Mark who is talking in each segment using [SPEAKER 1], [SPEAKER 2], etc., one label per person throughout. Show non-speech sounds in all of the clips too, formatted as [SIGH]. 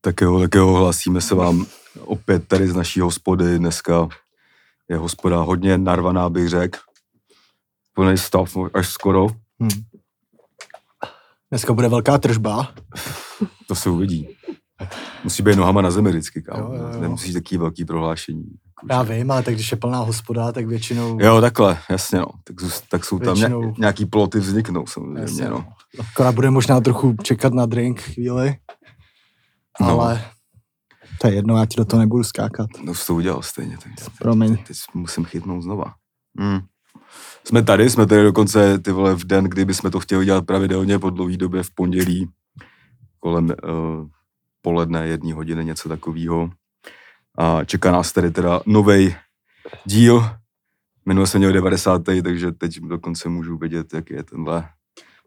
[SPEAKER 1] Tak jo, tak jo, hlásíme se vám opět tady z naší hospody. Dneska je hospoda hodně narvaná, bych řekl. Plný stav, až skoro.
[SPEAKER 2] Hmm. Dneska bude velká tržba.
[SPEAKER 1] To se uvidí. Musí být nohama na zemi vždycky, kámo.
[SPEAKER 2] Jo, jo, jo.
[SPEAKER 1] Nemusíš taky velký prohlášení. Jako,
[SPEAKER 2] Já
[SPEAKER 1] že-
[SPEAKER 2] vím, ale tak když je plná hospoda, tak většinou...
[SPEAKER 1] Jo, takhle, jasně no. Tak, zůst- tak jsou tam
[SPEAKER 2] Většinou-
[SPEAKER 1] ně, nějaký ploty vzniknou samozřejmě,
[SPEAKER 2] Jasně,
[SPEAKER 1] no.
[SPEAKER 2] Akorát bude možná trochu čekat na drink chvíli,
[SPEAKER 1] No.
[SPEAKER 2] ale to je jedno, já ti do toho nebudu skákat.
[SPEAKER 1] No už to udělal stejně. Teď,
[SPEAKER 2] Promiň.
[SPEAKER 1] teď musím chytnout znova. Hmm. Jsme tady, jsme tady dokonce ty vole v den, kdyby jsme to chtěli dělat pravidelně po dlouhé době v pondělí kolem uh, poledne, jedné hodiny, něco takového. A čeká nás tady teda nový díl. Minule jsem měl 90. takže teď dokonce můžu vidět, jak je tenhle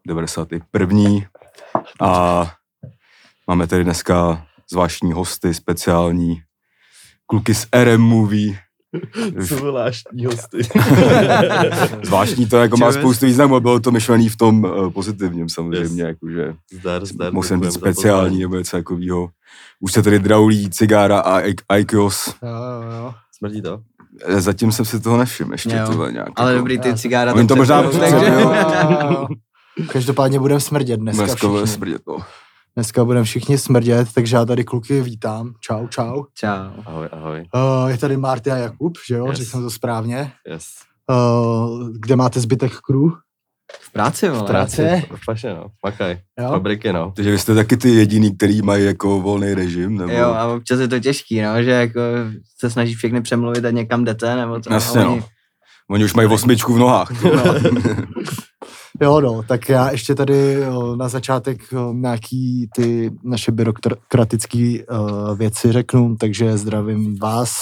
[SPEAKER 1] 91. A máme tady dneska zvláštní hosty, speciální kluky z RM Movie.
[SPEAKER 3] Zvláštní hosty.
[SPEAKER 1] Zvláštní to jako má
[SPEAKER 3] Čau,
[SPEAKER 1] spoustu významů, a bylo to myšlený v tom eh, pozitivním samozřejmě, jako yes. jakože
[SPEAKER 3] [LAUGHS] Zdar, zdar.
[SPEAKER 1] mohl jsem
[SPEAKER 3] děkujeme
[SPEAKER 1] být
[SPEAKER 3] za
[SPEAKER 1] speciální
[SPEAKER 3] pozvání.
[SPEAKER 1] nebo něco takového. Už se tady draulí cigára a Aikios.
[SPEAKER 2] Jo, jo, jo.
[SPEAKER 3] Smrdí to?
[SPEAKER 1] Zatím jsem si toho nevšiml ještě
[SPEAKER 4] Jo.
[SPEAKER 1] tohle nějak.
[SPEAKER 4] Ale
[SPEAKER 1] jako.
[SPEAKER 4] dobrý, ty cigára...
[SPEAKER 1] Oni to
[SPEAKER 4] přece-
[SPEAKER 1] možná
[SPEAKER 4] takže-
[SPEAKER 1] přece-
[SPEAKER 2] Jo, jo, jo. [LAUGHS] Každopádně budeme smrdět dneska,
[SPEAKER 1] Dneska bude
[SPEAKER 2] všichni.
[SPEAKER 1] smrdět, no.
[SPEAKER 2] Dneska budeme všichni smrdět, takže já tady kluky vítám. Čau, čau.
[SPEAKER 4] Čau.
[SPEAKER 3] Ahoj, ahoj.
[SPEAKER 2] Uh, je tady Marty a Jakub, že jo,
[SPEAKER 3] Yes.
[SPEAKER 2] yes. řekl jsem to správně.
[SPEAKER 3] Yes.
[SPEAKER 2] Uh, kde máte zbytek crew?
[SPEAKER 4] V práci, vole.
[SPEAKER 2] Práce?
[SPEAKER 3] Faše, no. Makaj.
[SPEAKER 2] Jo?
[SPEAKER 3] Fabriky, no.
[SPEAKER 1] Takže vy jste taky ty jediný, který mají jako volný režim, nebo...
[SPEAKER 4] Jo, a občas je to těžký, no, že jako se snaží všechny přemluvit a někam jdete, nebo to.
[SPEAKER 1] Jasně,
[SPEAKER 4] a
[SPEAKER 1] no. Oni už mají osmičku v nohách. ty vole.
[SPEAKER 2] Jo, no, tak já ještě tady jo, na začátek jo, nějaký ty naše byrokratické uh, věci řeknu, takže zdravím vás,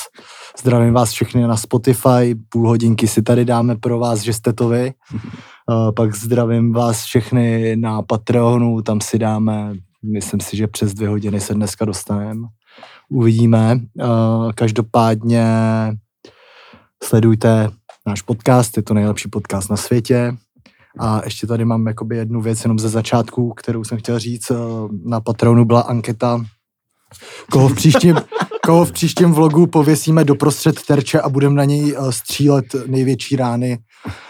[SPEAKER 2] zdravím vás všechny na Spotify, půl hodinky si tady dáme pro vás, že jste to vy, uh, pak zdravím vás všechny na Patreonu, tam si dáme, myslím si, že přes dvě hodiny se dneska dostaneme, uvidíme, uh, každopádně sledujte náš podcast, je to nejlepší podcast na světě, a ještě tady mám jakoby jednu věc jenom ze začátku, kterou jsem chtěl říct. eh, Na Patronu byla anketa, koho v příštím, koho v příštím vlogu pověsíme doprostřed terče a budeme na něj eh, střílet největší rány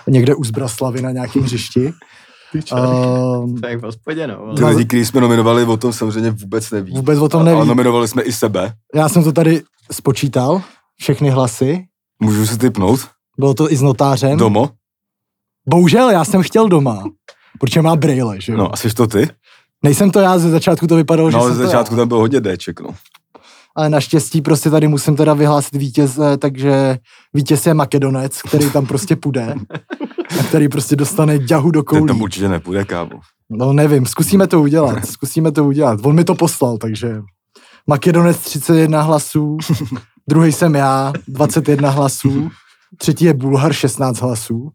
[SPEAKER 2] někde u Zbraslavy na nějakém hřišti.
[SPEAKER 3] Ty čo?
[SPEAKER 2] Ehm,
[SPEAKER 4] To je jak v hospodě, no.
[SPEAKER 1] Ty lidi, který jsme nominovali, o tom samozřejmě vůbec neví.
[SPEAKER 2] Vůbec o
[SPEAKER 1] A-
[SPEAKER 2] tom
[SPEAKER 1] A
[SPEAKER 2] nevím.
[SPEAKER 1] nominovali jsme i sebe.
[SPEAKER 2] Já jsem to tady spočítal, všechny hlasy.
[SPEAKER 1] Můžu si typnout?
[SPEAKER 2] Bylo to i s notářem.
[SPEAKER 1] Domo?
[SPEAKER 2] Bohužel, já jsem chtěl doma, protože má brýle, že jo?
[SPEAKER 1] No, a jsi to ty?
[SPEAKER 2] Nejsem to já, ze začátku to vypadalo, že
[SPEAKER 1] No,
[SPEAKER 2] jsem
[SPEAKER 1] ze
[SPEAKER 2] to já.
[SPEAKER 1] začátku tam bylo hodně Dček, no.
[SPEAKER 2] Ale naštěstí prostě tady musím teda vyhlásit vítěze, takže vítěz je Makedonec, který tam prostě půjde a který prostě dostane ďahu do
[SPEAKER 1] Ten
[SPEAKER 2] koulí.
[SPEAKER 1] tam určitě nepůjde, kámo.
[SPEAKER 2] No nevím, zkusíme to udělat, zkusíme to udělat. On mi to poslal, takže Makedonec
[SPEAKER 1] [LAUGHS]
[SPEAKER 2] 31 hlasů, druhý jsem já, 21 hlasů, třetí je Bulhar 16 hlasů,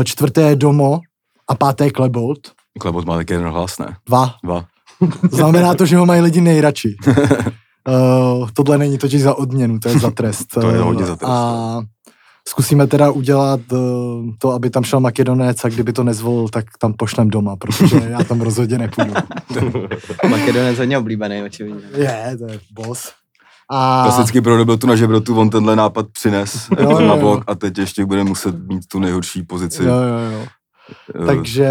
[SPEAKER 2] eh, čtvrté je Domo a páté je Klebold,
[SPEAKER 1] Klebot má taky jeden hlas, ne?
[SPEAKER 2] dva.
[SPEAKER 1] Dva.
[SPEAKER 2] Znamená to, že ho mají
[SPEAKER 1] [LAUGHS]
[SPEAKER 2] lidi nejradši. Uh, tohle není totiž za odměnu, to je za trest.
[SPEAKER 1] [LAUGHS]
[SPEAKER 2] Eh,
[SPEAKER 1] To je hodně za trest, no.
[SPEAKER 2] A zkusíme teda udělat uh, to, aby tam šel Makedonec a kdyby to nezvolil, tak tam pošlem doma, protože já tam rozhodně nepůjdu.
[SPEAKER 4] Makedonec hodně oblíbený, očividně.
[SPEAKER 2] Je, to je boss. A
[SPEAKER 1] Klasicky pro dobrotu na žebrotu on tenhle nápad přines
[SPEAKER 2] [LAUGHS] Jo, jo,
[SPEAKER 1] na
[SPEAKER 2] jo.
[SPEAKER 1] blok a teď ještě bude muset mít tu nejhorší pozici.
[SPEAKER 2] jo, jo, jo.
[SPEAKER 1] Eh,
[SPEAKER 2] Takže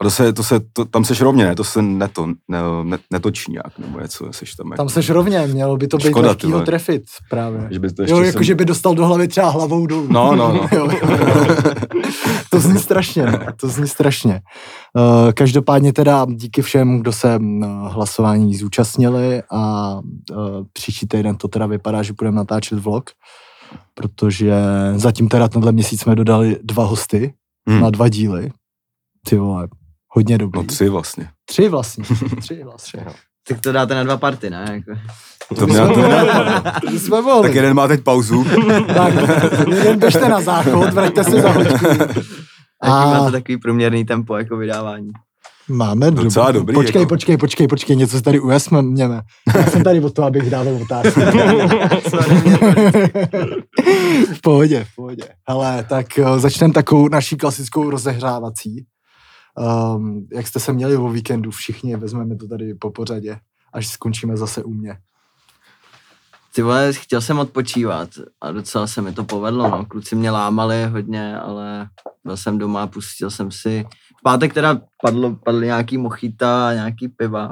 [SPEAKER 1] A to se, to se, to, tam seš rovně, ne? To se neto, ne, ne, netočí nějak, nebo něco, seš tam.
[SPEAKER 2] tam seš rovně, mělo by to být
[SPEAKER 1] Škoda,
[SPEAKER 2] Škoda,
[SPEAKER 1] ty
[SPEAKER 2] lehký ho
[SPEAKER 1] vole.
[SPEAKER 2] trefit právě.
[SPEAKER 1] Že by to ještě
[SPEAKER 2] Jo,
[SPEAKER 1] jsem-
[SPEAKER 2] jako že by dostal do hlavy třeba hlavou dolů.
[SPEAKER 1] No, no, no.
[SPEAKER 2] [LAUGHS] Jo, jo. to zní strašně, no. to zní strašně. Eh, Každopádně teda díky všem, kdo se mm, hlasování zúčastnili a eh, příští týden to teda vypadá, že budeme natáčet vlog, protože zatím teda tenhle měsíc jsme dodali dva hosty
[SPEAKER 1] Hmm.
[SPEAKER 2] hmm. na dva díly. Ty vole, hodně dobrý.
[SPEAKER 1] No tři vlastně.
[SPEAKER 2] Tři vlastně, tři vlastně.
[SPEAKER 4] Tak to dáte na dva party, ne? Jako.
[SPEAKER 1] To
[SPEAKER 2] by
[SPEAKER 1] mě,
[SPEAKER 2] jsme
[SPEAKER 1] to mě,
[SPEAKER 2] mohli. To jsme mohli.
[SPEAKER 1] tak jeden má teď
[SPEAKER 2] [LAUGHS]
[SPEAKER 1] pauzu.
[SPEAKER 2] Tak, jeden běžte na záchod, vraťte se za hoďku.
[SPEAKER 4] A... Jaký máte takový průměrný tempo jako vydávání?
[SPEAKER 2] máme
[SPEAKER 1] Docela dobrý,
[SPEAKER 2] Počkej,
[SPEAKER 1] jako.
[SPEAKER 2] počkej, počkej, počkej, něco si tady ujasněme. Já jsem tady od toho, abych dával
[SPEAKER 1] [LAUGHS]
[SPEAKER 2] otázky.
[SPEAKER 4] Sorry, mě to-
[SPEAKER 2] v pohodě, v pohodě. Hele, tak eh, začneme takovou naší klasickou Ehm, rozehrávací. Um, jak jste se měli o víkendu všichni, vezmeme to tady po pořadě. až skončíme zase u mě.
[SPEAKER 4] Ty vole, chtěl jsem odpočívat a docela se mi to povedlo, no. Kluci mě lámali hodně, ale byl jsem doma, pustil jsem si. V pátek teda padlo, padly nějaký mochita a nějaký piva,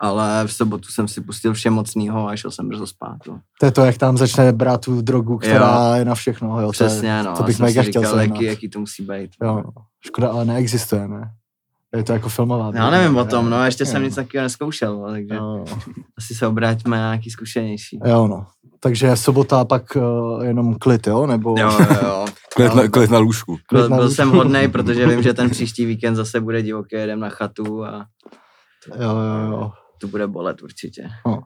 [SPEAKER 4] ale v sobotu jsem si pustil vše mocnýho a šel jsem brzo spát. No.
[SPEAKER 2] To je to, jak tam začne brát tu drogu, která jo. je na všechno. Jo, To
[SPEAKER 4] Přesně, no.
[SPEAKER 2] to
[SPEAKER 4] a
[SPEAKER 2] bych
[SPEAKER 4] jsem si
[SPEAKER 2] mega chtěl
[SPEAKER 4] říkal,
[SPEAKER 2] sehnat.
[SPEAKER 4] jaký, jaký to musí být.
[SPEAKER 2] je, jo, škoda, ale neexistuje, ne? Je to jako filmová.
[SPEAKER 4] Já nevím o tom, no, ještě jsem
[SPEAKER 2] Jo.
[SPEAKER 4] nic takového neskoušel, no, takže
[SPEAKER 2] Jo, jo.
[SPEAKER 4] asi se obrátíme na nějaký zkušenější.
[SPEAKER 2] Jo, no. Takže sobota pak uh, jenom klid, jo? Nebo...
[SPEAKER 4] Jo, jo,
[SPEAKER 2] [LAUGHS]
[SPEAKER 4] jo.
[SPEAKER 1] Klid, na,
[SPEAKER 4] No.
[SPEAKER 1] klid na lůžku.
[SPEAKER 4] Byl,
[SPEAKER 2] na
[SPEAKER 4] byl
[SPEAKER 2] lůžku.
[SPEAKER 4] jsem hodnej, protože vím, že ten příští víkend zase bude divoké, jedem na chatu a
[SPEAKER 2] jo, jo, jo.
[SPEAKER 4] to bude bolet určitě.
[SPEAKER 2] No.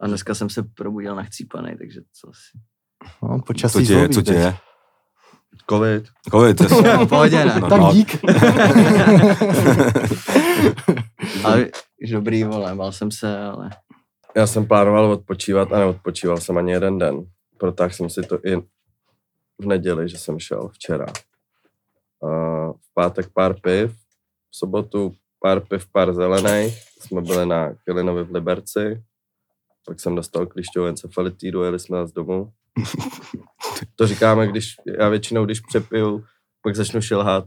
[SPEAKER 4] A dneska jsem se probudil nachcípanej, takže co asi.
[SPEAKER 2] No,
[SPEAKER 1] Co
[SPEAKER 2] počasí
[SPEAKER 1] tě je,
[SPEAKER 2] zlobí
[SPEAKER 1] co tě
[SPEAKER 2] teď.
[SPEAKER 1] je?
[SPEAKER 3] Covid.
[SPEAKER 1] Covid, jasně.
[SPEAKER 4] [LAUGHS] V pohodě, ne?
[SPEAKER 1] No,
[SPEAKER 2] Tak
[SPEAKER 1] no.
[SPEAKER 2] dík.
[SPEAKER 4] Ale už dobrý, vole, bál jsem se, ale
[SPEAKER 3] Já jsem plánoval odpočívat a neodpočíval jsem ani jeden den. Protáhl jsem si to i v neděli, že jsem šel včera. A v pátek pár piv, v sobotu pár piv, pár zelených. Jsme byli na Kilinovi v Liberci. Pak jsem dostal klíšťovou encefalitídu, jeli jsme nás domů. To říkáme, když, já většinou, když přepiju, pak začnu šilhat.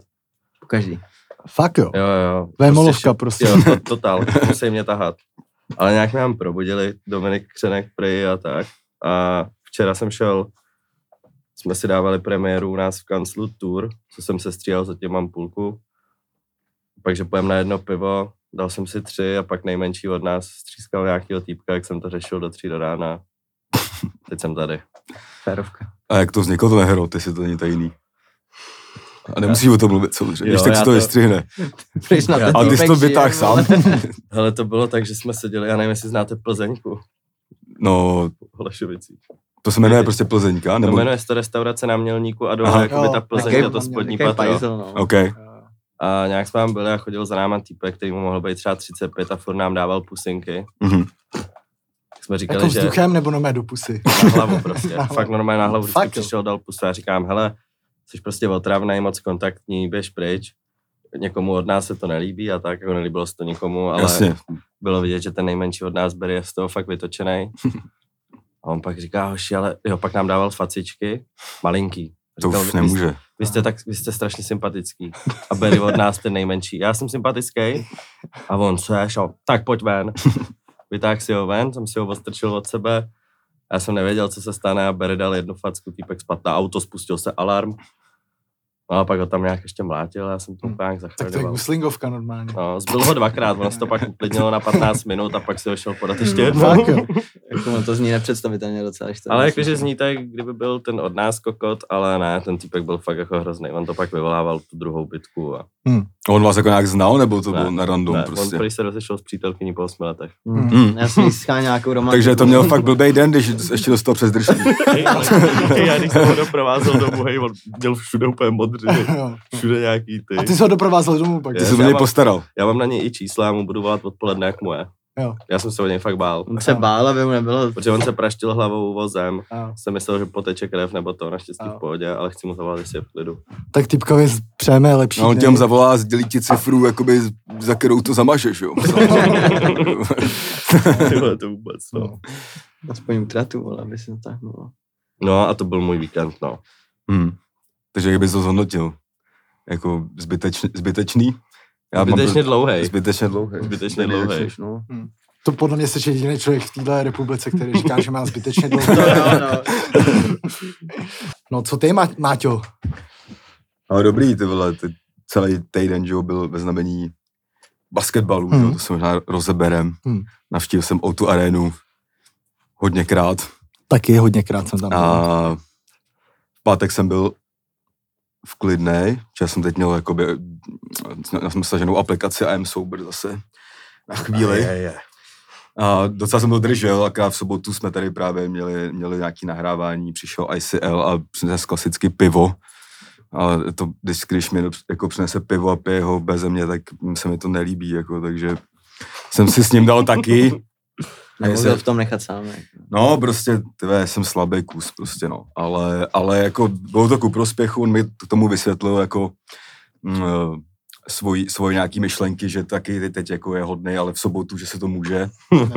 [SPEAKER 4] po každý.
[SPEAKER 2] Fakt jo.
[SPEAKER 3] Jo, jo.
[SPEAKER 2] Vémolovka
[SPEAKER 1] [LAUGHS]
[SPEAKER 2] prostě.
[SPEAKER 3] Jo, to, totál, musí mě tahat. Ale nějak mě tam probudili, Dominik Křenek, Prej a tak. A včera jsem šel, jsme si dávali premiéru u nás v kanclu tour, co jsem se stříhal, zatím mám půlku. Takže pojem na jedno pivo, dal jsem si tři a pak nejmenší od nás střískal nějakého týpka, jak jsem to řešil do tří do rána. Teď jsem tady.
[SPEAKER 4] Férovka.
[SPEAKER 1] A jak to vzniklo, to nehero, ty si to není tajný. A nemusíš o tom mluvit, samozřejmě,
[SPEAKER 3] Jo,
[SPEAKER 1] když tak
[SPEAKER 3] já
[SPEAKER 1] si to
[SPEAKER 3] to-
[SPEAKER 1] vystřihne.
[SPEAKER 4] Pryč na ten
[SPEAKER 1] A ty jsi to
[SPEAKER 4] týpek,
[SPEAKER 1] vytáhl
[SPEAKER 4] že,
[SPEAKER 1] sám.
[SPEAKER 4] vole.
[SPEAKER 3] Hele, to bylo tak, že jsme seděli, já nevím, jestli znáte Plzeňku
[SPEAKER 1] No,
[SPEAKER 3] v Holešovicích.
[SPEAKER 1] to se jmenuje prostě Plzeňka,
[SPEAKER 3] To
[SPEAKER 1] nebo...
[SPEAKER 3] jmenuje se to restaurace námělníku a
[SPEAKER 1] Aha.
[SPEAKER 3] dole, jakoby
[SPEAKER 2] Jo,
[SPEAKER 3] ta Plzeň,
[SPEAKER 4] takový-
[SPEAKER 3] je to spodní
[SPEAKER 4] Jaký
[SPEAKER 3] patro.
[SPEAKER 4] pajzel, no.
[SPEAKER 1] OK.
[SPEAKER 3] A nějak jsme tam byli a chodil za náma týpek, který mu mohl být třeba 35 a furt nám dával pusinky.
[SPEAKER 1] Mhm.
[SPEAKER 3] Tak jsme
[SPEAKER 2] [LAUGHS]
[SPEAKER 3] říkali,
[SPEAKER 2] Jako
[SPEAKER 3] že
[SPEAKER 2] vzduchem nebo normálně do pusy?
[SPEAKER 3] na hlavu prostě.
[SPEAKER 2] Na
[SPEAKER 3] Fakt normálně na hlavu vždycky
[SPEAKER 2] Fakt jo.
[SPEAKER 3] přišel, dal pusu a říkám, hele, jsi prostě otravnej, moc kontaktní, běž pryč. Někomu od nás se to nelíbí a tak, jako nelíbilo se to nikomu, ale
[SPEAKER 1] Jasně.
[SPEAKER 3] bylo vidět, že ten nejmenší od nás Barry je z toho fakt vytočený. A on pak říká, hoši, ale jo, pak nám dával facičky, malinký.
[SPEAKER 1] To
[SPEAKER 3] Říkal,
[SPEAKER 1] už
[SPEAKER 3] "Vy jste-
[SPEAKER 1] nemůže.
[SPEAKER 3] vy jste, tak, vy jste strašně sympatický. A Barry od nás ten nejmenší. Já jsem sympatický. A on, co je, šel, tak
[SPEAKER 2] [LAUGHS]
[SPEAKER 3] pojď ven. Vytáhl si ho ven, jsem si ho odstrčil od sebe. Já jsem nevěděl, co se stane a Barry dal jednu facku, týpek spadl na auto, spustil se alarm. No a pak ho tam nějak ještě mlátil, já jsem to
[SPEAKER 2] Hmm.
[SPEAKER 3] úplně nějak
[SPEAKER 2] Tak to je
[SPEAKER 3] zachraňoval.
[SPEAKER 2] guslingovka
[SPEAKER 4] [LAUGHS]
[SPEAKER 2] normálně.
[SPEAKER 3] No, zbyl ho dvakrát, ono se to pak uklidnilo na 15 minut a pak si ho šel
[SPEAKER 2] Hmm.
[SPEAKER 3] podat
[SPEAKER 2] [LAUGHS]
[SPEAKER 3] ještě jednou.
[SPEAKER 2] Fakt jo.
[SPEAKER 4] Jako on to zní nepředstavitelně docela. Že to
[SPEAKER 3] Ale jakože zní tak, kdyby byl ten od nás kokot, ale ne, ten týpek byl fakt jako hrozný. On to pak vyvolával tu druhou bitku a
[SPEAKER 1] On vás jako nějak znal, nebo to
[SPEAKER 3] Ne,
[SPEAKER 1] bylo na random
[SPEAKER 3] ne,
[SPEAKER 1] prostě? Hm,
[SPEAKER 3] On prý se rozešel s přítelkyní po osmi letech.
[SPEAKER 4] Hmm. Já jsem jí scháněl nějakou romantiku.
[SPEAKER 1] Takže to měl fakt blbý den, když ještě dostal přes držku.
[SPEAKER 3] já když jsem ho doprovázel domů, hej, on měl všude úplně modrý,
[SPEAKER 2] Jo.
[SPEAKER 3] všude nějaký ty.
[SPEAKER 2] A ty jsi ho doprovázel domů pak.
[SPEAKER 1] Ty
[SPEAKER 3] Já
[SPEAKER 1] se o
[SPEAKER 3] mám-
[SPEAKER 1] něj postaral.
[SPEAKER 3] Já mám na něj i čísla, já mu budu volat odpoledne, jak mu je.
[SPEAKER 2] Jo.
[SPEAKER 3] Já jsem se o něj fakt bál.
[SPEAKER 4] On se bál, aby mu nebylo...
[SPEAKER 3] Protože on se praštil hlavou vozem.
[SPEAKER 2] Jo.
[SPEAKER 3] Jsem myslel, že poteče krev nebo to, naštěstí
[SPEAKER 2] Ano.
[SPEAKER 3] v pohodě, ale chci mu zavolat, jestli je v klidu.
[SPEAKER 2] Tak typkovi přejeme lepší.
[SPEAKER 1] A No, on
[SPEAKER 2] dny.
[SPEAKER 1] těm zavolá, sdělí ti cifru, jakoby, za kterou to zamažeš,
[SPEAKER 3] [LAUGHS]
[SPEAKER 1] jo.
[SPEAKER 3] Ty vole, to vůbec, no.
[SPEAKER 2] No.
[SPEAKER 4] Aspoň utratu, vole, aby se natáhnulo.
[SPEAKER 3] no. a to byl můj víkend, no.
[SPEAKER 1] Hmm. Takže jak bys to zhodnotil? Jako zbyteč, zbytečný? Já mám-
[SPEAKER 3] Zbytečně dlouhej.
[SPEAKER 1] Zbytečně dlouhý.
[SPEAKER 3] Zbytečně dlouhej.
[SPEAKER 4] no.
[SPEAKER 2] To podle mě jsi jediný člověk v této republice, který říká, že má zbytečně
[SPEAKER 4] [LAUGHS]
[SPEAKER 2] dlouho.
[SPEAKER 4] To jo, no.
[SPEAKER 2] No co ty, Ma- Máťo?
[SPEAKER 1] Ale dobrý, ty vole, ty celý týden, že jo, byl ve znamení basketbalu,
[SPEAKER 2] Hmm.
[SPEAKER 1] hmm. jo, to se možná rozeberem.
[SPEAKER 2] Hmm.
[SPEAKER 1] Hmm. Navštívil jsem o tu arénu hodněkrát
[SPEAKER 2] Taky hodněkrát jsem tam
[SPEAKER 1] a v pátek jsem byl v klidnej, protože já jsem teď měl jakoby, já jsem staženou aplikaci a jsem sober zase na chvíli.
[SPEAKER 3] Je, je.
[SPEAKER 1] A docela jsem to držel, akorát v sobotu jsme tady právě měli, měli nějaké nahrávání, přišel ICL a přinesl klasicky pivo. Ale to, když, když mi dobře- jako přinese pivo a pije ho bez mě, tak se mi to nelíbí, jako, takže jsem si s ním dal taky.
[SPEAKER 4] Nemůžu v tom nechat sám. Jako.
[SPEAKER 1] No, prostě, tvé, jsem slabý kus, prostě, no. Ale, ale jako, bylo to ku prospěchu, on mi k tomu vysvětlil, jako, mm, svoji, svoje nějaký myšlenky, že taky teď jako je hodnej, ale v sobotu, že se to může.
[SPEAKER 4] [LAUGHS]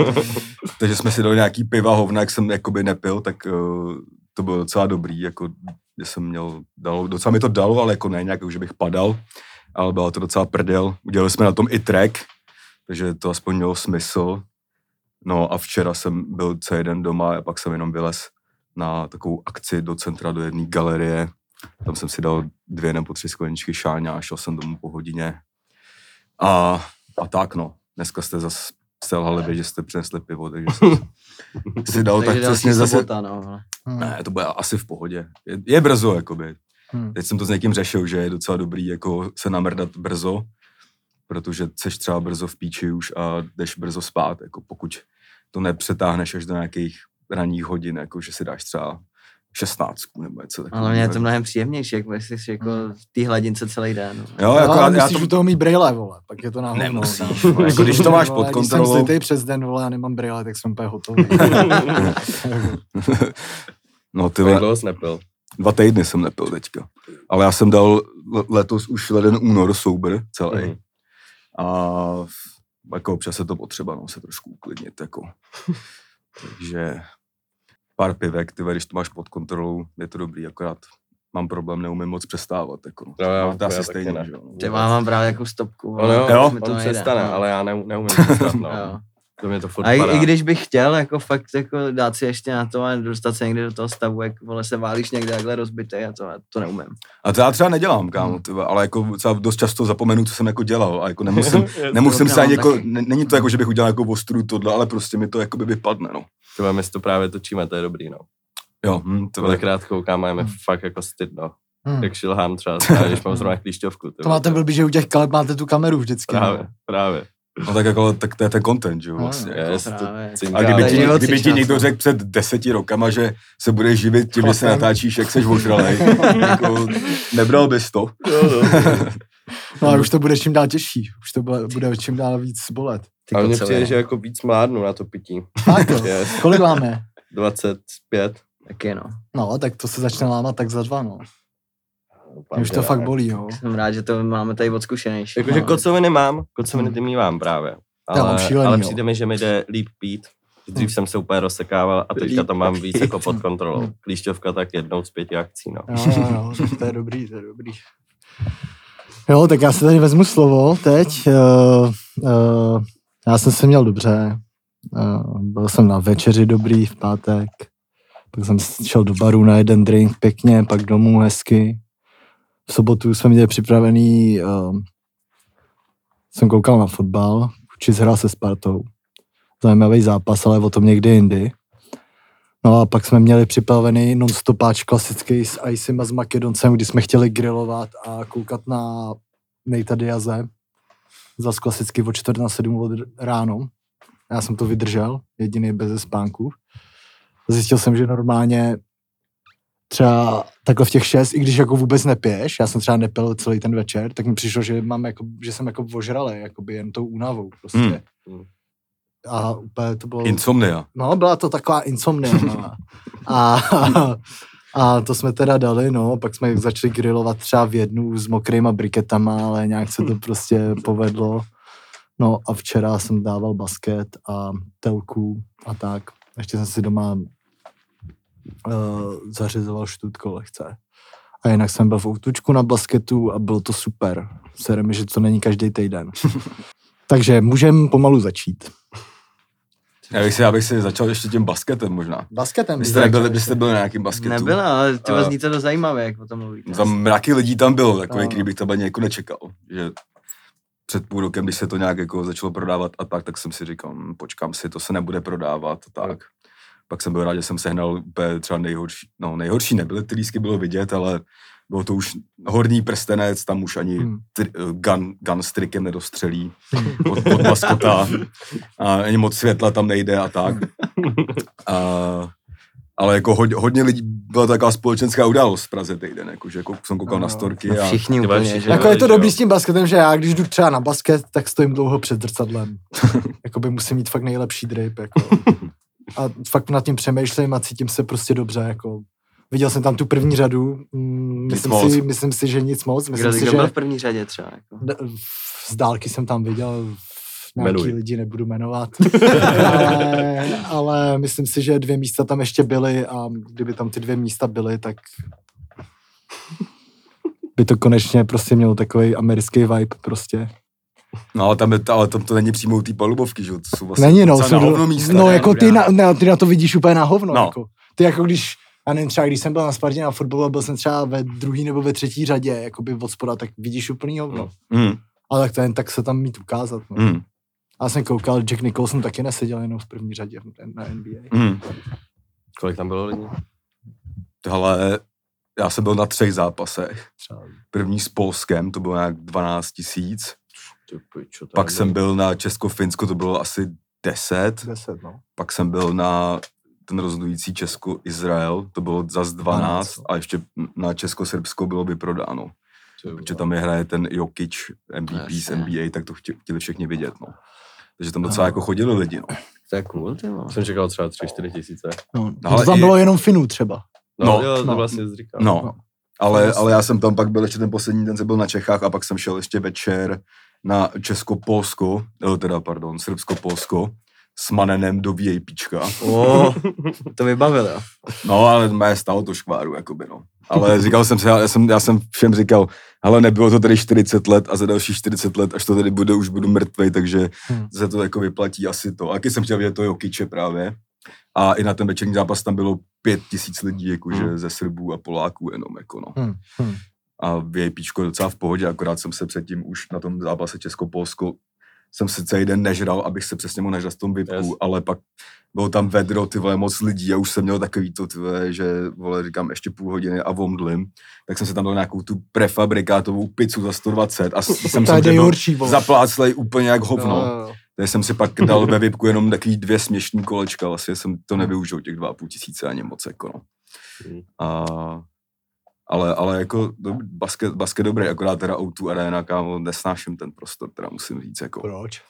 [SPEAKER 1] Takže jsme si dali nějaký piva hovna, jak jsem jakoby nepil, tak uh, to bylo docela dobrý, jako že jsem měl, dalo, docela mi to dalo, ale jako ne nějak, jako že bych padal, ale byla to docela prdel. Udělali jsme na tom i track, takže to aspoň mělo smysl. No a včera jsem byl celý jeden doma a pak jsem jenom vylez na takovou akci do centra, do jedné galerie. Tam jsem si dal dvě nebo tři skleničky šáňa a šel jsem domů po hodině. A, a tak no, dneska jste zase selhali vy, že jste přinesli pivo, takže jsem
[SPEAKER 4] [LAUGHS]
[SPEAKER 1] si dal tak
[SPEAKER 4] Takže
[SPEAKER 1] přesně
[SPEAKER 4] další
[SPEAKER 1] zase...
[SPEAKER 4] sobota, no. hele.
[SPEAKER 2] Hmm.
[SPEAKER 1] Ne, to bude asi v pohodě. Je, je brzo, jakoby.
[SPEAKER 2] Hmm.
[SPEAKER 1] Teď jsem to s někým řešil, že je docela dobrý jako se namrdat brzo, protože seš třeba brzo v píči už a jdeš brzo spát, jako pokud to nepřetáhneš až do nějakých ranních hodin, jako že si dáš třeba 16 nebo něco takového.
[SPEAKER 4] Ale mě je to mnohem příjemnější, jak budeš jsi jako v té hladince celý den.
[SPEAKER 1] Jo,
[SPEAKER 2] No,
[SPEAKER 1] jako já,
[SPEAKER 2] ale
[SPEAKER 1] já
[SPEAKER 2] musíš
[SPEAKER 1] to...
[SPEAKER 2] u toho mít brýle, vole, pak je to náhodno.
[SPEAKER 1] Nemusíš, vole, jako když to
[SPEAKER 2] [LAUGHS]
[SPEAKER 1] máš pod kontrolou.
[SPEAKER 2] Když jsem slitej přes den, vole, a nemám brýle, tak jsem
[SPEAKER 1] [LAUGHS]
[SPEAKER 2] úplně hotový.
[SPEAKER 1] No ty
[SPEAKER 3] Jak
[SPEAKER 1] vole,
[SPEAKER 3] dlouho jsi nepil?
[SPEAKER 1] dva týdny jsem nepil teďka. Ale já jsem dal le- letos už leden únor soubr celý.
[SPEAKER 3] Mhm.
[SPEAKER 1] A jako občas je to potřeba, no, se trošku uklidnit,
[SPEAKER 3] [LAUGHS]
[SPEAKER 1] jako. Takže pár pivek, ty vole, když to máš pod kontrolou, je to dobrý, akorát mám problém, neumím moc přestávat, jako.
[SPEAKER 3] No, já-
[SPEAKER 1] Máte
[SPEAKER 3] já
[SPEAKER 1] asi
[SPEAKER 3] taky
[SPEAKER 1] stejně,
[SPEAKER 3] ne.
[SPEAKER 1] že jo, no.
[SPEAKER 4] Ty má, mám právě jako stopku.
[SPEAKER 3] On,
[SPEAKER 4] ale
[SPEAKER 3] jo,
[SPEAKER 1] Jo,
[SPEAKER 4] mi
[SPEAKER 3] on
[SPEAKER 4] nejde,
[SPEAKER 3] přestane,
[SPEAKER 4] no.
[SPEAKER 3] ale já ne, neumím přestat, no.
[SPEAKER 4] Jo.
[SPEAKER 3] To mě to furt
[SPEAKER 4] A i,
[SPEAKER 3] padá.
[SPEAKER 4] i,
[SPEAKER 3] [LAUGHS]
[SPEAKER 4] když bych chtěl, jako fakt jako dát si ještě na to a dostat se někde do toho stavu, jak vole se válíš někde takhle rozbitej a to, a to neumím.
[SPEAKER 1] A to já třeba nedělám, kámo, ty vole, ale jako třeba dost často zapomenu, co jsem jako dělal a jako
[SPEAKER 3] [LAUGHS]
[SPEAKER 1] nemusím, nemusím
[SPEAKER 4] to
[SPEAKER 1] se ani
[SPEAKER 3] no,
[SPEAKER 4] dělám
[SPEAKER 1] jako,
[SPEAKER 4] taky.
[SPEAKER 1] ne- není to jako, že bych udělal jako ostru tohle, ale prostě mi to jakoby vypadne, no.
[SPEAKER 3] Tyhle, my si to právě točíme, to je dobrý, no.
[SPEAKER 1] Jo, hm, to je
[SPEAKER 3] Kolikrát koukám a je mi fakt jako stydno.
[SPEAKER 2] Hmm.
[SPEAKER 3] Jak šilhám třeba, třeba, když mám zrovna klíšťovku. ty
[SPEAKER 2] To
[SPEAKER 3] vole.
[SPEAKER 2] máte blbý, že u těch kaleb máte tu kameru vždycky.
[SPEAKER 3] Právě,
[SPEAKER 2] no.
[SPEAKER 3] právě.
[SPEAKER 1] No tak jako, tak to je ten content, že jo,
[SPEAKER 2] Ano.
[SPEAKER 1] vlastně.
[SPEAKER 3] Je, jestli to
[SPEAKER 4] právě. jako-
[SPEAKER 3] cinká,
[SPEAKER 1] A kdyby
[SPEAKER 4] Ale
[SPEAKER 1] ti,
[SPEAKER 4] život
[SPEAKER 1] kdyby
[SPEAKER 4] si
[SPEAKER 1] ti
[SPEAKER 4] čas,
[SPEAKER 1] někdo
[SPEAKER 4] no.
[SPEAKER 1] řekl před deseti rokama, že se budeš živit tím, že se
[SPEAKER 2] Chlapem.
[SPEAKER 1] natáčíš, jak seš ožralej, jako, nebral bys to.
[SPEAKER 3] Jo, no. [LAUGHS]
[SPEAKER 2] No a už to bude čím dál těžší. Už to bude, bude čím dál víc bolet.
[SPEAKER 4] Ty
[SPEAKER 3] A mně
[SPEAKER 4] kocele,
[SPEAKER 3] přijde,
[SPEAKER 4] no.
[SPEAKER 3] že jako víc mládnu na to pití.
[SPEAKER 2] Tak jo.
[SPEAKER 3] Je
[SPEAKER 2] Kolik máme?
[SPEAKER 3] 25.
[SPEAKER 4] Taky no.
[SPEAKER 2] No, tak to se začne lámat tak za dva, no. Mě
[SPEAKER 3] Doufám,
[SPEAKER 2] už
[SPEAKER 3] že
[SPEAKER 2] to
[SPEAKER 3] ne.
[SPEAKER 2] fakt bolí, jo.
[SPEAKER 4] Jsem rád, že to máme tady odskušenější.
[SPEAKER 3] Jakože
[SPEAKER 4] No.
[SPEAKER 3] kocoviny mám, kocoviny
[SPEAKER 2] Hmm.
[SPEAKER 3] ty mívám právě.
[SPEAKER 2] Já mám
[SPEAKER 3] Ale,
[SPEAKER 2] šílený,
[SPEAKER 3] ale
[SPEAKER 2] jo.
[SPEAKER 3] přijde mi, že mi jde líp pít. Dřív jsem se úplně rozsekával a teďka
[SPEAKER 4] Líp
[SPEAKER 3] to mám víc
[SPEAKER 4] pít.
[SPEAKER 3] jako pod kontrolou. Klíšťovka tak jednou z pěti akcí, no.
[SPEAKER 2] [LAUGHS] Jo, jo, jo, tak to je dobrý, to je dobrý. Jo, tak já si tady vezmu slovo teď. Uh, uh, já jsem se měl dobře. Uh, byl jsem na večeři dobrý v pátek. Pak jsem šel do baru na jeden drink pěkně, pak domů hezky. V sobotu jsme měli připravený, uh, jsem koukal na fotbal, Čis hrál se Spartou. Zajímavý zápas, ale o tom někdy jindy. No a pak jsme měli připravený non-stopáč klasický s Icem a s Makedoncem, kdy jsme chtěli grillovat a koukat na Nejta Diaze. Zas klasicky od čtvrt na sedm od ráno. Já jsem to vydržel, jediný bez spánku. Zjistil jsem, že normálně třeba takhle v těch šest, i když jako vůbec nepiješ, já jsem třeba nepil celý ten večer, tak mi přišlo, že, mám jako, že jsem jako ožralý, jakoby jen tou únavou prostě.
[SPEAKER 3] Hmm.
[SPEAKER 2] A úplně to bylo...
[SPEAKER 1] Insomnia.
[SPEAKER 2] No, byla to taková insomnie. No. A, a to jsme teda dali, no, pak jsme začali grilovat třeba v jednu s mokrýma briketama, ale nějak se to prostě povedlo. No a včera jsem dával basket a telku a tak. Ještě jsem si doma uh, zařizoval štutko lehce. A jinak jsem byl v outučku na basketu a bylo to super. Sere mi, že to není
[SPEAKER 1] [LAUGHS]
[SPEAKER 2] každý týden. Takže můžem pomalu začít.
[SPEAKER 1] Já bych, si, já bych si začal ještě tím basketem možná.
[SPEAKER 2] Basketem.
[SPEAKER 1] Vy
[SPEAKER 2] bych
[SPEAKER 1] jste, nebyli,
[SPEAKER 2] začal.
[SPEAKER 1] vy jste byli na nějakým basketu.
[SPEAKER 4] Nebyla, ale ty
[SPEAKER 1] A-
[SPEAKER 4] zní to dost zajímavé, jak o tom mluvíte.
[SPEAKER 1] Tam mraky lidí tam bylo, takový,
[SPEAKER 2] No.
[SPEAKER 1] který bych tam ani jako nečekal. Že před půl rokem, když se to nějak jako začalo prodávat a tak, tak jsem si říkal, "Hm, počkám si, to se nebude prodávat a tak. Pak jsem byl rád, že jsem sehnal úplně třeba nejhorší, no nejhorší nebyly, ty lísky bylo vidět, ale bylo to už horní prstenec, tam už ani
[SPEAKER 2] Hmm.
[SPEAKER 1] tri, eh, gun, gun strikem [LAUGHS] nedostřelí od, od maskota a ani moc světla tam nejde a tak. A, ale jako hodně, hodně lidí, byla taková společenská událost v Praze týden, jako, že jako jsem koukal na
[SPEAKER 2] No.
[SPEAKER 1] storky
[SPEAKER 4] No
[SPEAKER 1] a
[SPEAKER 4] všichni
[SPEAKER 3] Ty vole,
[SPEAKER 4] úplně,
[SPEAKER 3] všichni
[SPEAKER 4] že
[SPEAKER 2] Jako
[SPEAKER 3] jo,
[SPEAKER 2] je to
[SPEAKER 3] že
[SPEAKER 2] dobrý
[SPEAKER 3] jo.
[SPEAKER 2] s tím basketem, že já, když jdu třeba na basket, tak stojím dlouho před zrcadlem. Jakoby musím mít fakt nejlepší drip, jako. A fakt nad tím přemýšlím a cítím se prostě dobře, jako. Viděl jsem tam tu první řadu, mm, myslím
[SPEAKER 1] moc.
[SPEAKER 2] si, myslím si, že nic moc.
[SPEAKER 4] Kdo,
[SPEAKER 2] Myslím si,
[SPEAKER 4] kdo
[SPEAKER 2] že
[SPEAKER 4] byl v první řadě třeba? Jako?
[SPEAKER 2] d- z dálky jsem tam viděl nějaký
[SPEAKER 3] Jmenuji.
[SPEAKER 2] lidi,
[SPEAKER 1] [LAUGHS]
[SPEAKER 2] nebudu jmenovat. ale, ale myslím si, že dvě místa tam ještě byly a kdyby tam ty dvě místa byly, tak by to konečně prostě mělo takový americký vibe prostě.
[SPEAKER 1] No ale tam, je, ta- ale tam to není přímo u té palubovky, že jo? To jsou vlastně
[SPEAKER 2] Není, no,
[SPEAKER 1] docela
[SPEAKER 2] jsou
[SPEAKER 1] na
[SPEAKER 2] do-
[SPEAKER 1] hovno místa.
[SPEAKER 2] no
[SPEAKER 1] ne?
[SPEAKER 2] jako ty na, na, ty na to vidíš úplně na hovno.
[SPEAKER 1] No.
[SPEAKER 2] Jako. Ty jako když, já nevím, třeba když jsem byl na Spartě na fotbalu a byl jsem třeba ve druhý nebo ve třetí řadě, jakoby od spoda, tak vidíš úplný hovno.
[SPEAKER 3] No.
[SPEAKER 1] Mm,
[SPEAKER 2] Ale tak to jen tak se tam mít ukázat. No.
[SPEAKER 1] mm,
[SPEAKER 2] Já jsem koukal, Jack Nicholson taky neseděl jenom v první řadě na NBA.
[SPEAKER 1] mm.
[SPEAKER 3] Kolik tam bylo lidí?
[SPEAKER 1] Ale já jsem byl na třech zápasech.
[SPEAKER 2] Třeba.
[SPEAKER 1] První s Polskem, to bylo nějak 12 tisíc.
[SPEAKER 3] Ty pičo, to
[SPEAKER 1] Pak
[SPEAKER 3] je
[SPEAKER 1] jsem byl na Česko-Finsko, to bylo asi 10.
[SPEAKER 2] 10, no.
[SPEAKER 1] Pak jsem byl na ten rozhodující Česko-Izrael, to bylo zas 12 a ještě na Česko-Srbsko bylo by prodáno.
[SPEAKER 3] ty vole.
[SPEAKER 1] Protože tam je hraje ten Jokic, MVP z
[SPEAKER 4] Jasně.
[SPEAKER 1] NBA, tak to chtě- chtěli všichni vidět. No. Takže tam docela jako chodili lidi. No.
[SPEAKER 4] To je cool, ty vole.
[SPEAKER 3] Jsem čekal třeba 3-4 tisíce.
[SPEAKER 2] No,
[SPEAKER 1] No,
[SPEAKER 2] no to
[SPEAKER 1] ale
[SPEAKER 2] tam
[SPEAKER 1] i-
[SPEAKER 2] bylo jenom Finů třeba.
[SPEAKER 3] No,
[SPEAKER 1] No,
[SPEAKER 3] no, jo,
[SPEAKER 2] no.
[SPEAKER 3] to vlastně zříkal.
[SPEAKER 1] No,
[SPEAKER 2] No.
[SPEAKER 1] ale,
[SPEAKER 2] Jasně.
[SPEAKER 1] ale já jsem tam pak byl ještě ten poslední den, jsem byl na Čechách a pak jsem šel ještě večer na Česko-Polsko, eh, teda pardon, Srbsko-Polsko s Manenem do VIPčka.
[SPEAKER 4] Oh, to vybavil, jo.
[SPEAKER 1] No, ale mé stalo to škváru, jakoby, no. Ale říkal jsem si, já jsem, já jsem všem říkal, hele, nebylo to tady 40 let a za další 40 let, až to tady bude, už budu mrtvej, takže
[SPEAKER 2] Hmm.
[SPEAKER 1] hmm. se to jako vyplatí asi to. A taky jsem chtěl vidět to Jokiče právě. A i na ten večerní zápas tam bylo pět tisíc lidí, jakože hmm. ze Srbů a Poláků jenom, jako no.
[SPEAKER 2] Hmm, hmm.
[SPEAKER 1] A VIPčko je docela v pohodě, akorát jsem se předtím už na tom zápase Česko-Polsko jsem si celý den nežral, abych se přesně mohl nažrat v tom VIPku,
[SPEAKER 3] Yes.
[SPEAKER 1] yes. ale pak bylo tam vedro, ty vole, moc lidí a už jsem měl takový to, ty vole, že vole, říkám ještě půl hodiny a vomdlim, tak jsem se tam dal nějakou tu prefabrikátovou pizzu za 120 a s- jsem no,
[SPEAKER 2] To je
[SPEAKER 1] se byl
[SPEAKER 2] nejhorší, vole.
[SPEAKER 1] zapláclej úplně jak
[SPEAKER 2] No,
[SPEAKER 1] hovno.
[SPEAKER 2] jo, jo.
[SPEAKER 1] Takže jsem si pak dal ve VIPku jenom takový dvě směšní kolečka, vlastně jsem to nevyužil těch dva a půl tisíce ani moc, jako no.
[SPEAKER 3] Hmm.
[SPEAKER 1] A, ale, ale jako dob- basket, basket dobrý, akorát teda O2 Arena, kámo, nesnáším ten prostor, teda musím říct, jako.
[SPEAKER 2] Proč?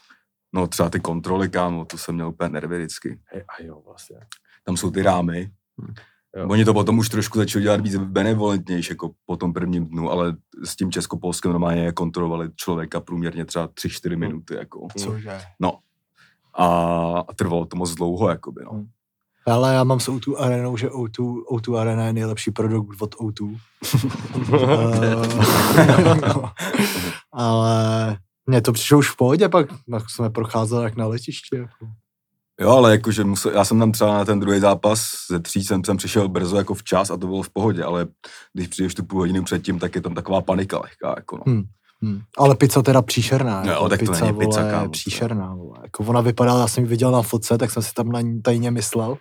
[SPEAKER 1] No třeba ty kontroly, kámo, to jsem měl úplně nervy vždycky.
[SPEAKER 3] Hej, a jo, vlastně.
[SPEAKER 1] Tam jsou ty rámy.
[SPEAKER 2] Hm.
[SPEAKER 3] Jo.
[SPEAKER 1] Oni to potom už trošku začali dělat víc benevolentnější, jako po tom prvním dnu, ale s tím Českopolskem normálně kontrolovali člověka průměrně třeba
[SPEAKER 2] Hm.
[SPEAKER 1] 3-4 minuty, jako.
[SPEAKER 2] Cože?
[SPEAKER 1] A, a trvalo to moc dlouho, jakoby,
[SPEAKER 2] Hm.
[SPEAKER 1] no.
[SPEAKER 2] Ale já mám s O2 Arenou, že O2, O2 Arena je nejlepší produkt od [LAUGHS] O2. [LAUGHS] Eh, no. Ale mně to přišlo už v pohodě, pak pak jsme procházeli jak na letišti. Jako.
[SPEAKER 1] Jo, ale jakože musel, já jsem tam třeba na ten druhý zápas ze tří jsem, jsem přišel brzo jako včas a to bylo v pohodě, ale když přijdeš tu půl hodinu předtím, tak je tam taková panika lehká, jako no.
[SPEAKER 2] Hmm. Hmm. Ale pizza teda příšerná. jako
[SPEAKER 1] No jo, tak to
[SPEAKER 2] pizza,
[SPEAKER 1] není pizza,
[SPEAKER 2] vole,
[SPEAKER 1] kámo, to-
[SPEAKER 2] Příšerná, vole. Jako ona vypadala, já jsem ji viděl na fotce, tak jsem si tam na ní
[SPEAKER 1] [LAUGHS]
[SPEAKER 2] tajně myslel.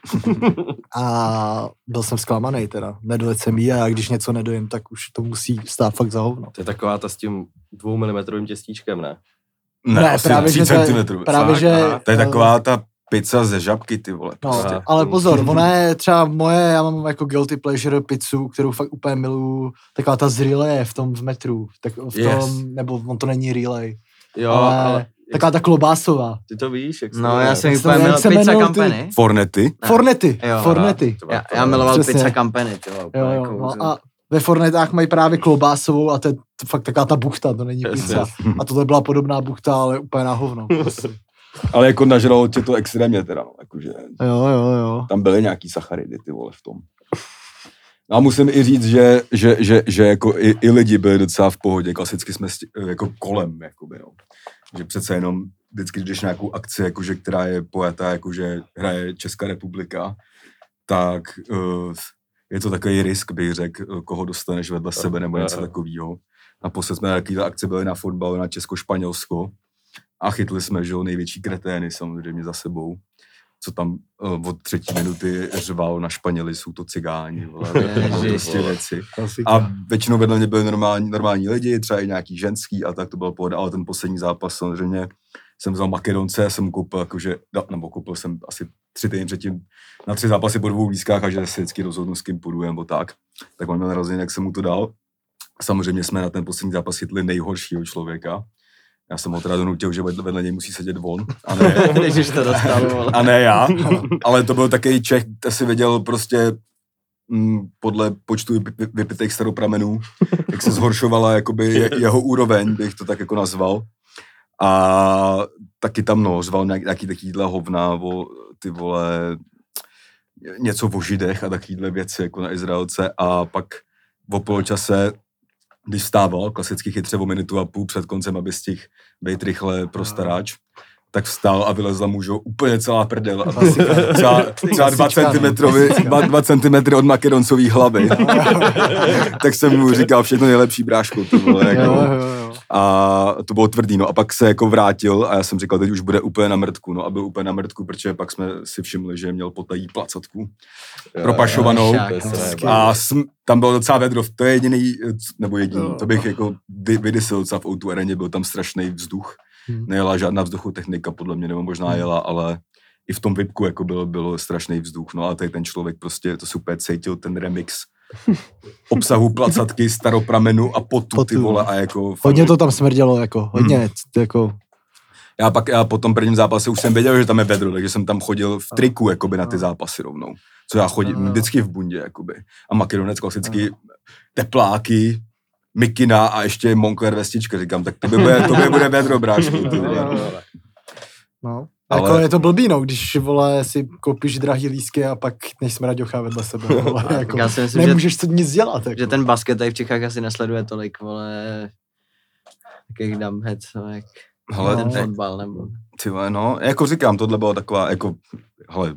[SPEAKER 2] a byl jsem zklamaný teda. Nedojet jsem jí a já, když něco nedojím, tak už to musí stát fakt za hovno.
[SPEAKER 3] To je taková ta s tím dvoumilimetrovým těstíčkem, ne?
[SPEAKER 2] Ne, právě, že to je-
[SPEAKER 1] centimetrů.
[SPEAKER 2] Právě,
[SPEAKER 3] Fakt?
[SPEAKER 2] že...
[SPEAKER 3] Aha.
[SPEAKER 1] To je
[SPEAKER 2] eh,
[SPEAKER 1] taková ta pizza ze žabky, ty vole.
[SPEAKER 2] No,
[SPEAKER 1] prostě.
[SPEAKER 3] Aha.
[SPEAKER 2] ale pozor, ona je třeba moje, já mám jako guilty pleasure pizzu, kterou fakt úplně miluju, taková ta z relay v tom v metru, tak v tom,
[SPEAKER 3] Yes.
[SPEAKER 2] nebo on to není relay,
[SPEAKER 3] Jo,
[SPEAKER 2] Ale-
[SPEAKER 3] ale... ale
[SPEAKER 2] taková ta klobásová.
[SPEAKER 3] Ty to víš, jak se
[SPEAKER 4] No,
[SPEAKER 3] jmenuje?
[SPEAKER 4] já jsem
[SPEAKER 2] Jak
[SPEAKER 4] ji
[SPEAKER 2] se
[SPEAKER 4] úplně
[SPEAKER 2] jmenuje-
[SPEAKER 4] měl
[SPEAKER 2] jak se
[SPEAKER 4] Pizza
[SPEAKER 2] jmenujou ty-
[SPEAKER 4] Company.
[SPEAKER 1] Fornety?
[SPEAKER 4] Ne.
[SPEAKER 2] Fornety,
[SPEAKER 4] Jo,
[SPEAKER 2] fornety.
[SPEAKER 3] To
[SPEAKER 4] Já,
[SPEAKER 3] bylo
[SPEAKER 4] já
[SPEAKER 3] to.
[SPEAKER 4] miloval
[SPEAKER 2] Přesně.
[SPEAKER 4] Pizza Company, ty vole, úplně
[SPEAKER 2] Jo, jo,
[SPEAKER 4] jako
[SPEAKER 2] no
[SPEAKER 4] [LAUGHS]
[SPEAKER 2] a ve Fornetách mají právě klobásovou a to je t- fakt taková ta buchta, to není
[SPEAKER 3] Yes,
[SPEAKER 2] pizza.
[SPEAKER 3] yes.
[SPEAKER 2] A tohle byla podobná buchta, ale úplně na [LAUGHS] hovno. prostě.
[SPEAKER 1] Ale jako nažralo tě to extrémně teda, no, jakože
[SPEAKER 2] Jo, jo, jo.
[SPEAKER 1] tam byly nějaký sacharidy, ty vole, v tom. No a musím i říct, že, že, že, že jako i, i, lidi byli docela v pohodě, klasicky jsme sti- jako kolem, jakoby, no. Že přece jenom vždycky, když jdeš na nějakou akci, jakože, která je pojatá, jakože hraje Česká republika, tak uh, je to takový risk, bych řekl, eh, koho dostaneš vedle sebe nebo něco
[SPEAKER 3] jo.
[SPEAKER 1] takového. Naposled jsme na takovýhle akci byli na fotbal na Česko-Španělsko a chytli jsme, že jo, největší kretény samozřejmě za sebou co tam uh, od třetí minuty řval na Španěli, jsou to cigáni, vole,
[SPEAKER 4] Ježiš,
[SPEAKER 1] prostě
[SPEAKER 3] vole.
[SPEAKER 1] věci.
[SPEAKER 2] Klasika.
[SPEAKER 1] A většinou vedle mě byly normální, normální lidi, třeba i nějaký ženský a tak to bylo pohoda, ale ten poslední zápas samozřejmě jsem vzal Makedonce, jsem koupil jakože, no, nebo koupil jsem asi tři týdny předtím na tři zápasy po dvou lískách a že se vždycky rozhodnu, s kým půjdu nebo tak. Tak on měl narozeniny, jak jsem mu to dal. Samozřejmě jsme na ten poslední zápas chytli nejhoršího člověka. Já jsem ho teda donutil, že vedle, vedle něj musí sedět on, a ne,
[SPEAKER 2] [LAUGHS]
[SPEAKER 4] Ježiš, to dostal, vole.
[SPEAKER 1] a ne já, ale to byl takový Čech, to si věděl prostě mm, podle počtu vyp- vypitých staropramenů, jak se zhoršovala jakoby je- jeho úroveň, bych to tak jako nazval. A taky tam, no, zval nějak- nějaký takovýhle hovna o ty vole něco o židech a takovýhle věci jako na Izraelce a pak v poločase, když vstával, klasicky chytře o minutu a půl před koncem, aby stihl být rychle pro staráč, tak vstál a vylezla mu že jo, úplně celá prdel. A
[SPEAKER 2] Klasika.
[SPEAKER 1] třeba, třeba dva,
[SPEAKER 2] Klasička, no.
[SPEAKER 1] centimetrovi,
[SPEAKER 2] Klasika.
[SPEAKER 1] dva, dva centimetry od makedoncový hlavy. [LAUGHS] tak jsem mu říkal všechno nejlepší brášku. To bylo,
[SPEAKER 2] Jo,
[SPEAKER 1] jako,
[SPEAKER 2] jo, jo.
[SPEAKER 1] a to bylo tvrdý, no. A pak se jako vrátil a já jsem říkal, teď už bude úplně na mrtku, no. A byl úplně na mrtku, protože pak jsme si všimli, že měl potají placatku.
[SPEAKER 3] Jo,
[SPEAKER 1] Propašovanou.
[SPEAKER 3] jo, to je sranda.
[SPEAKER 1] A sm, tam bylo docela vedro, to je jediný, eh, c- nebo jediný, to bych jako dy- vydysil docela v O2 areně, byl tam strašný vzduch.
[SPEAKER 2] Hmm.
[SPEAKER 1] Nejela žádná vzduchotechnika, podle mě, nebo možná jela, ale i v tom vypku jako bylo, bylo strašný vzduch. No a tady ten člověk prostě to super cítil, ten
[SPEAKER 2] [LAUGHS]
[SPEAKER 1] remix obsahu placatky, staropramenu a potu, potu. ty
[SPEAKER 2] Potu.
[SPEAKER 1] vole, a jako...
[SPEAKER 2] Hodně to tam smrdělo, jako, hodně, c- jako,
[SPEAKER 1] Já pak, já po tom prvním zápase už jsem věděl, že tam je vedro, takže jsem tam chodil v triku, jakoby na ty zápasy rovnou. Co já chodím vždycky v bundě, jakoby. A makedonec klasicky tepláky, mikina a ještě Moncler vestička, říkám, tak to by bude, to by bude vedro, brášku, ty vole.
[SPEAKER 2] no. Ale...
[SPEAKER 1] Ale-
[SPEAKER 2] Jako je to blbý, no, když, vole, si koupíš drahý lísky a pak chytneš smraďocha vedle [LAUGHS] sebe, vole, jako,
[SPEAKER 4] Já si myslím, že,
[SPEAKER 2] nemůžeš to nic dělat, jako.
[SPEAKER 4] že ten basket tady v Čechách asi nesleduje tolik, vole, takových dumbhead, no, jak
[SPEAKER 1] Hele,
[SPEAKER 4] ten
[SPEAKER 2] No.
[SPEAKER 1] ne,
[SPEAKER 4] fotbal, nebo...
[SPEAKER 1] ty vole, no, jako říkám, tohle byla taková, jako, hele,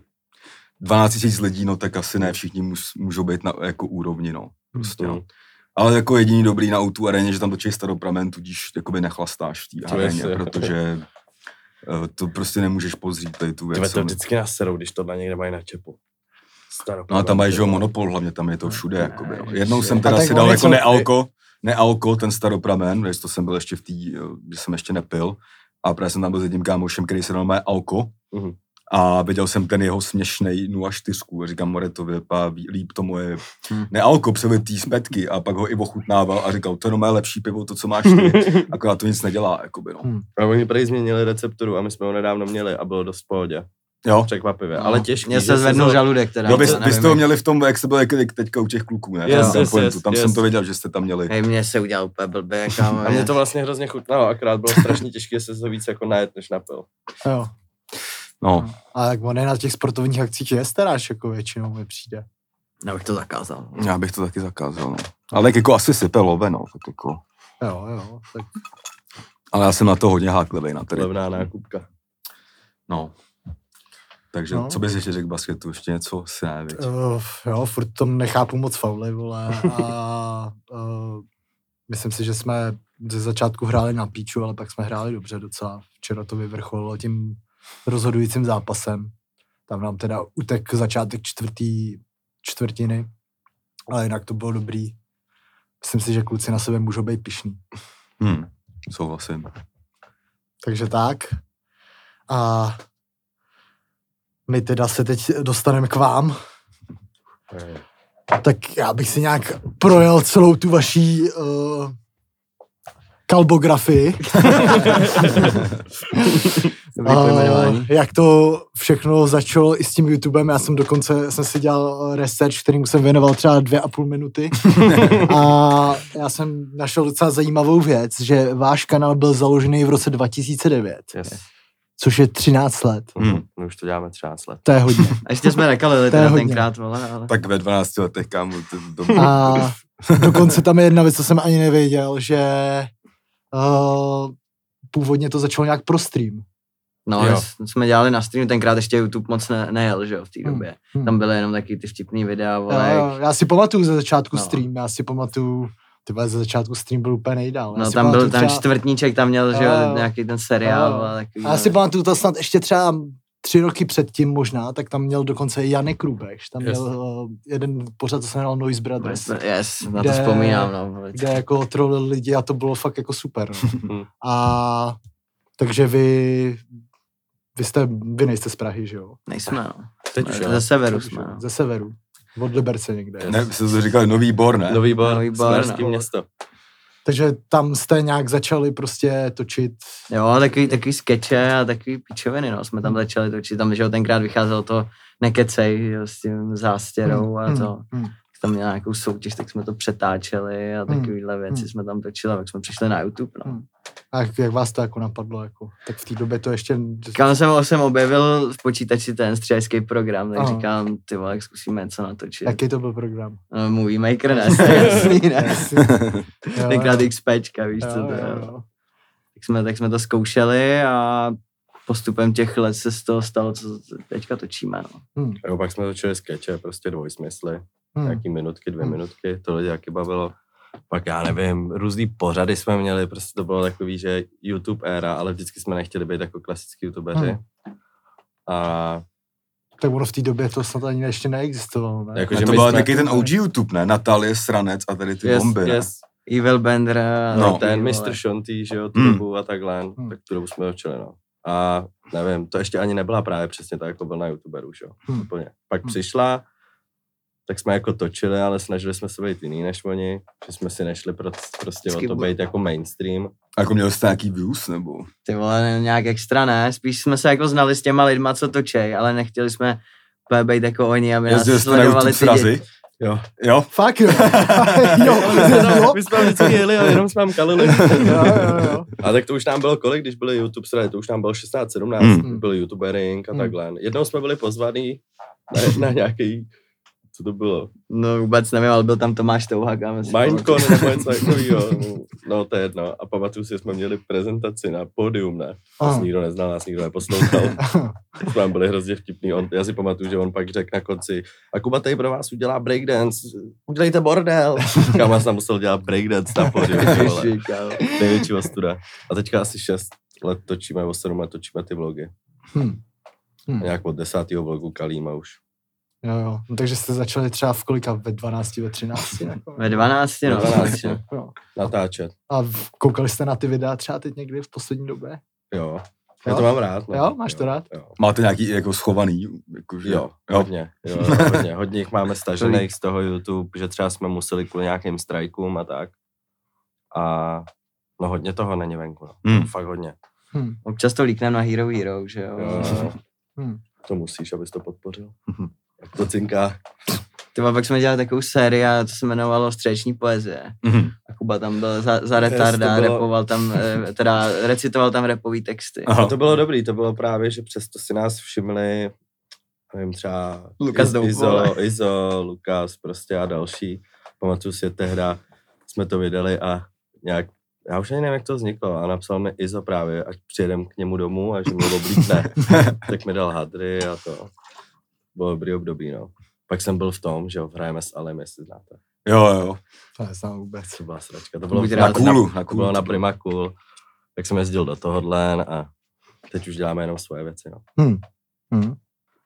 [SPEAKER 1] 12 000 lidí, no tak asi ne všichni můž, můžou být na jako úrovni, no. Prostě, no. Ale jako jediný dobrý na autu areně, že tam točí staropramen, tudíž jakoby nechlastáš v té
[SPEAKER 3] To
[SPEAKER 1] areně,
[SPEAKER 3] jasně.
[SPEAKER 1] protože eh, to prostě nemůžeš pozřít tady tu
[SPEAKER 3] Tyve,
[SPEAKER 1] věc. No
[SPEAKER 3] to vždycky naserou, když tohle někde mají na čepu. Staropramen,
[SPEAKER 1] No a tam mají, že jo,
[SPEAKER 3] ty vole.
[SPEAKER 1] monopol, hlavně tam je to všude, jakoby. no.
[SPEAKER 4] Ne,
[SPEAKER 1] Jednou
[SPEAKER 4] že-
[SPEAKER 1] jsem
[SPEAKER 4] A
[SPEAKER 1] teda
[SPEAKER 2] tak
[SPEAKER 1] si dal
[SPEAKER 2] oni
[SPEAKER 1] jako
[SPEAKER 2] jsou-
[SPEAKER 1] nealko, nealko, ten staropramen, že to jsem byl ještě v té, že jsem ještě nepil, a právě jsem tam byl s jedním kámošem, který se dal mé alko,
[SPEAKER 3] Mhm.
[SPEAKER 1] a viděl jsem ten jeho směšnej 0,4 a říkám Moretovi, pá, ví- líp to moje
[SPEAKER 4] Hm.
[SPEAKER 1] nealko, převetý zpětky a pak ho i ochutnával a říkal, to je moje lepší pivo, to, co máš ty, akorát to nic nedělá, jakoby, no.
[SPEAKER 2] Hm.
[SPEAKER 3] A oni prý změnili recepturu a my jsme ho nedávno měli a bylo dost v pohodě.
[SPEAKER 1] Jo.
[SPEAKER 3] Překvapivě,
[SPEAKER 4] No,
[SPEAKER 3] ale těžký.
[SPEAKER 4] Mně
[SPEAKER 3] že
[SPEAKER 4] se zvednul
[SPEAKER 3] za-
[SPEAKER 4] žaludek, teda.
[SPEAKER 1] No, vy,
[SPEAKER 4] to
[SPEAKER 1] vy
[SPEAKER 4] nevím,
[SPEAKER 1] jste ho
[SPEAKER 4] jak-
[SPEAKER 1] měli v tom, jak jste byl jak- teďka u těch kluků, ne?
[SPEAKER 3] Yes,
[SPEAKER 1] tam,
[SPEAKER 3] yes,
[SPEAKER 1] pointu,
[SPEAKER 3] yes,
[SPEAKER 1] tam
[SPEAKER 3] yes.
[SPEAKER 1] jsem to věděl, že jste tam měli.
[SPEAKER 4] Hej, mně se udělal úplně blbě, kámo.
[SPEAKER 3] A mě to vlastně hrozně chutnalo, akorát bylo strašně těžké se to víc jako najet, než napil.
[SPEAKER 2] Jo.
[SPEAKER 1] No,
[SPEAKER 2] A jak on je na těch sportovních akcích je staráš, jako většinou mi přijde.
[SPEAKER 4] Já bych to zakázal.
[SPEAKER 1] já bych to taky zakázal, no. Ale tak jako asi sype love, no, tak jako.
[SPEAKER 2] Jo, jo, tak
[SPEAKER 1] Ale já jsem na to hodně háklivý, na tady.
[SPEAKER 3] Levná nákupka.
[SPEAKER 1] No. Takže
[SPEAKER 2] No.
[SPEAKER 1] co bys ještě řekl k basketu? Ještě něco? Si ne, viď?
[SPEAKER 2] Uh, jo, furt tom nechápu moc fauly, vole. A uh, myslím si, že jsme ze začátku hráli na píču, ale pak jsme hráli dobře docela. Včera to vyvrcholilo tím rozhodujícím zápasem. Tam nám teda utek začátek čtvrtý, čtvrtiny, ale jinak to bylo dobrý. Myslím si, že kluci na sebe můžou být pišní.
[SPEAKER 1] Hm, souhlasím.
[SPEAKER 2] Takže tak. A my teda se teď dostaneme k vám. Tak já bych si nějak projel celou tu vaší uh, kalbografii.
[SPEAKER 4] [LAUGHS] Dobrý pojmenování.
[SPEAKER 2] Eh, jak to všechno začalo i s tím YouTubem. Já jsem dokonce jsem si dělal eh, research, kterým jsem věnoval třeba dvě a půl
[SPEAKER 4] [LAUGHS]
[SPEAKER 2] minuty. a já jsem našel docela zajímavou věc, že váš kanál byl založený v roce 2009,
[SPEAKER 3] Yes.
[SPEAKER 2] což je 13 let.
[SPEAKER 1] Hm.
[SPEAKER 3] My už to děláme 13 let.
[SPEAKER 2] To je hodně.
[SPEAKER 4] A ještě jsme nekalili
[SPEAKER 2] To je
[SPEAKER 4] teda
[SPEAKER 2] hodně.
[SPEAKER 4] tenkrát, vole, ale...
[SPEAKER 1] Tak ve 12 letech, kámo, to, to,
[SPEAKER 2] A dokonce tam je jedna věc, co jsem ani nevěděl, že uh, původně to začalo nějak pro stream.
[SPEAKER 4] No,
[SPEAKER 3] Jo.
[SPEAKER 4] s- jsme dělali na streamu, tenkrát ještě YouTube moc ne, nejel, že jo, v té
[SPEAKER 2] Hmm.
[SPEAKER 4] době.
[SPEAKER 2] Hmm.
[SPEAKER 4] Tam byly jenom taky ty vtipný videa, vole, jak-
[SPEAKER 2] Eh, Já, já si pamatuju ze začátku
[SPEAKER 4] No.
[SPEAKER 2] no. stream, já si pamatuju, ty vole, ze začátku stream byl úplně nejdál. já
[SPEAKER 4] No
[SPEAKER 2] si
[SPEAKER 4] tam byl
[SPEAKER 2] pamatuju
[SPEAKER 4] ten
[SPEAKER 2] třeba-
[SPEAKER 4] čtvrtníček, tam měl, že
[SPEAKER 2] Jo,
[SPEAKER 4] jo,
[SPEAKER 2] jo.
[SPEAKER 4] nějaký ten seriál
[SPEAKER 2] Jo.
[SPEAKER 4] a takový.
[SPEAKER 2] A já si pamatuju to snad ještě třeba tři roky předtím možná, tak tam měl dokonce i Janek Rubeš, tam
[SPEAKER 3] Yes.
[SPEAKER 2] měl uh, jeden pořad, co se jmenoval Noise Brothers.
[SPEAKER 4] Yes, na to
[SPEAKER 2] kde-
[SPEAKER 4] vzpomínám, no. vole.
[SPEAKER 2] kde jako trolil lidi a to bylo fakt jako super.
[SPEAKER 3] Mhm.
[SPEAKER 4] Hmm.
[SPEAKER 2] No. A takže vy, vy, jste, vy nejste z Prahy, že jo?
[SPEAKER 4] Nejsme, no.
[SPEAKER 3] Teď
[SPEAKER 4] Jsme
[SPEAKER 3] už
[SPEAKER 4] Ze
[SPEAKER 3] jo.
[SPEAKER 4] severu
[SPEAKER 2] Že
[SPEAKER 4] jsme,
[SPEAKER 2] jo?
[SPEAKER 4] no.
[SPEAKER 2] Ze severu. Od Liberce někde.
[SPEAKER 1] ne, vy jste to říkali, nový bor, ne? [LAUGHS]
[SPEAKER 3] Nový bar,
[SPEAKER 4] Nový
[SPEAKER 3] Nový
[SPEAKER 4] Bor,
[SPEAKER 3] bar
[SPEAKER 4] no.
[SPEAKER 3] město.
[SPEAKER 2] Takže tam jste nějak začali prostě točit.
[SPEAKER 4] Jo, takový, takový skeče a takový pičoviny, no. Jsme
[SPEAKER 2] Hmm.
[SPEAKER 4] tam začali točit, tam, že jo, tenkrát vycházelo to nekecej, jo, s tím zástěrou a to.
[SPEAKER 2] Hmm.
[SPEAKER 4] tam měla nějakou soutěž, tak jsme to přetáčeli a
[SPEAKER 2] Hmm.
[SPEAKER 4] takovýhle věci
[SPEAKER 2] Hmm.
[SPEAKER 4] jsme tam točili, a pak jsme přišli na YouTube. No.
[SPEAKER 2] Hmm. A jak, jak vás to jako napadlo? Jako? Tak v té době to ještě...
[SPEAKER 4] Říkám, jsem, jsem objevil v počítači ten střílejský program, tak
[SPEAKER 2] Aha.
[SPEAKER 4] říkám, ty vole, jak zkusíme něco natočit.
[SPEAKER 2] Jaký to byl program?
[SPEAKER 4] No,
[SPEAKER 2] [LAUGHS]
[SPEAKER 4] movie Maker, ne, to je [LAUGHS] jasný, ne?
[SPEAKER 2] Jasně.
[SPEAKER 4] [LAUGHS]
[SPEAKER 2] Jo,
[SPEAKER 4] Tenkrát
[SPEAKER 2] jo,
[SPEAKER 4] XPčka, víš, co to
[SPEAKER 2] jo,
[SPEAKER 4] je.
[SPEAKER 2] jo,
[SPEAKER 4] no.
[SPEAKER 2] jo.
[SPEAKER 4] Tak jsme, tak jsme to zkoušeli a postupem těch let se z toho stalo, co teďka točíme. No.
[SPEAKER 3] Jo, pak jsme točili skeče, prostě dvojsmysly.
[SPEAKER 1] Hmm.
[SPEAKER 2] Hm.
[SPEAKER 3] nějaký minutky, dvě
[SPEAKER 2] Hmm, Hmm.
[SPEAKER 3] minutky, to lidi taky bavilo. Pak já nevím, různý pořady jsme měli, prostě to bylo takový, že YouTube éra, ale vždycky jsme nechtěli být jako klasický youtubeři.
[SPEAKER 2] Hmm.
[SPEAKER 3] A
[SPEAKER 2] Tak ono v té době to snad ani ještě neexistovalo, ne?
[SPEAKER 3] Jako,
[SPEAKER 1] A
[SPEAKER 3] že
[SPEAKER 1] to
[SPEAKER 3] my
[SPEAKER 1] byl
[SPEAKER 3] jsme-
[SPEAKER 1] taky ten OG YouTube, ne? Natalie, Sranec a tady ty
[SPEAKER 3] yes,
[SPEAKER 1] bomby. ne?
[SPEAKER 3] yes,
[SPEAKER 4] Evil Bender. a
[SPEAKER 1] No.
[SPEAKER 3] no,
[SPEAKER 4] ty
[SPEAKER 3] ten
[SPEAKER 4] vole.
[SPEAKER 3] Mr. Shonty, že jo, tu
[SPEAKER 1] Hmm.
[SPEAKER 3] dobu a takhle,
[SPEAKER 2] Hmm.
[SPEAKER 3] tak tu dobu jsme točili, no. A nevím, to ještě ani nebyla právě přesně tak, jako byl na youtuberu, že jo,
[SPEAKER 2] Hmm.
[SPEAKER 3] úplně. Pak
[SPEAKER 2] Hmm.
[SPEAKER 3] přišla, tak jsme jako točili, ale snažili jsme se být jiný než oni, že jsme si nešli proc- prostě o
[SPEAKER 4] Vždycky
[SPEAKER 3] to
[SPEAKER 4] bylo-
[SPEAKER 3] být jako mainstream.
[SPEAKER 1] A Jako měl jste nějaký views, nebo?
[SPEAKER 4] Ty vole, ne- nějak extra ne, spíš jsme se jako znali s těma lidma, co točej, ale nechtěli jsme úplně být jako oni, aby nás
[SPEAKER 1] Jezdil jste na YouTube
[SPEAKER 4] sledovali ty děti.
[SPEAKER 1] srazy?
[SPEAKER 3] Jo.
[SPEAKER 1] Jo?
[SPEAKER 2] Fakt [LAUGHS] jo. jo, jo.
[SPEAKER 3] My jsme vždycky jeli a jenom jsme tam kalili.
[SPEAKER 2] jo, jo, jo.
[SPEAKER 3] A tak to už nám bylo kolik, když byly YouTube srady, to už nám bylo 16, 17,
[SPEAKER 1] Hmm.
[SPEAKER 3] mm. byl youtubering a
[SPEAKER 2] Hmm.
[SPEAKER 3] takhle. Jednou jsme byli pozvaný na, na nějaký, co to bylo,
[SPEAKER 4] No vůbec nevím, ale byl tam Tomáš Touhák. a my si
[SPEAKER 3] Minecon nebo něco takového. No to je jedno. A pamatuju si, že jsme měli prezentaci na pódium, ne? Nás
[SPEAKER 2] Aha.
[SPEAKER 3] nikdo neznal, nás nikdo neposlouchal. Jsme tam byli hrozně vtipný. On, já si pamatuju, že on pak řekl na konci, a Kuba tady pro vás udělá breakdance, udělejte bordel. [LAUGHS] Kama jsem musel dělat breakdance na pódium. ty vole.
[SPEAKER 4] Ježiši, kámo.
[SPEAKER 3] Největší ostuda. A teďka asi 6 let točíme, nebo 7 let točíme ty vlogy.
[SPEAKER 2] Hm. Hm.
[SPEAKER 3] A Nějak od desátého vlogu kalíme už.
[SPEAKER 2] Jo, jo. No, takže jste začali třeba v kolika? Ve 12, ve 13? Jako?
[SPEAKER 4] Ve 12, no.
[SPEAKER 3] Ve 12,
[SPEAKER 4] takže-
[SPEAKER 3] no.
[SPEAKER 2] Jo.
[SPEAKER 3] Natáčet.
[SPEAKER 2] A v- koukali jste na ty videa třeba teď někdy v poslední době?
[SPEAKER 3] Jo.
[SPEAKER 2] Jo?
[SPEAKER 3] Já to mám rád. no.
[SPEAKER 2] Jo, máš to rád?
[SPEAKER 3] Jo.
[SPEAKER 1] Máte nějaký jako schovaný? Jakože,
[SPEAKER 3] Jo, jo.
[SPEAKER 1] jo.
[SPEAKER 3] Hodně, jo, jo, hodně. Hodně jich máme stažených z toho YouTube, že třeba jsme museli kvůli nějakým strajkům a tak. A no hodně toho není venku, no.
[SPEAKER 1] Hmm.
[SPEAKER 3] Fakt hodně.
[SPEAKER 2] Hm.
[SPEAKER 4] Občas to líknem na Hero Hero, že jo.
[SPEAKER 3] Jo, jo, jo.
[SPEAKER 2] Hmm.
[SPEAKER 3] To musíš, abys to podpořil.
[SPEAKER 1] Mhm.
[SPEAKER 3] Jak to cinká.
[SPEAKER 4] Ty vole, pak jsme dělali takovou sérii, a to se jmenovalo Střeční poezie.
[SPEAKER 1] Mhm.
[SPEAKER 4] A Kuba tam byl za, za
[SPEAKER 3] Yes, to
[SPEAKER 4] retarda,
[SPEAKER 3] bylo-
[SPEAKER 4] repoval tam, eh, teda recitoval tam repový texty.
[SPEAKER 1] Aha.
[SPEAKER 3] A to bylo dobrý, to bylo právě, že přesto si nás všimli, nevím, třeba
[SPEAKER 4] Lukas
[SPEAKER 3] Iz-
[SPEAKER 4] Doub,
[SPEAKER 3] Izo,
[SPEAKER 4] vole.
[SPEAKER 3] Izo, Lukas prostě a další. Pamatuju si, tehda jsme to vydali a nějak, já už ani nevím, jak to vzniklo, a napsal mi Izo právě, ať přijedem k němu domů a že mu oblíkne. tak mi dal hadry a to. Bylo dobrý období, no. Pak jsem byl v tom, že jo, hrajeme s Alem, jestli znáte.
[SPEAKER 1] Jo, jo.
[SPEAKER 2] To neznám vůbec.
[SPEAKER 3] To byla sračka. To bylo
[SPEAKER 4] Buď
[SPEAKER 1] Na
[SPEAKER 4] rád
[SPEAKER 3] na,
[SPEAKER 1] kůlu. Na
[SPEAKER 3] to bylo
[SPEAKER 1] kůlu.
[SPEAKER 3] na Prima Cool. Tak jsem jezdil do tohohle a teď už děláme jenom svoje věci, no.
[SPEAKER 2] Hm. Hm.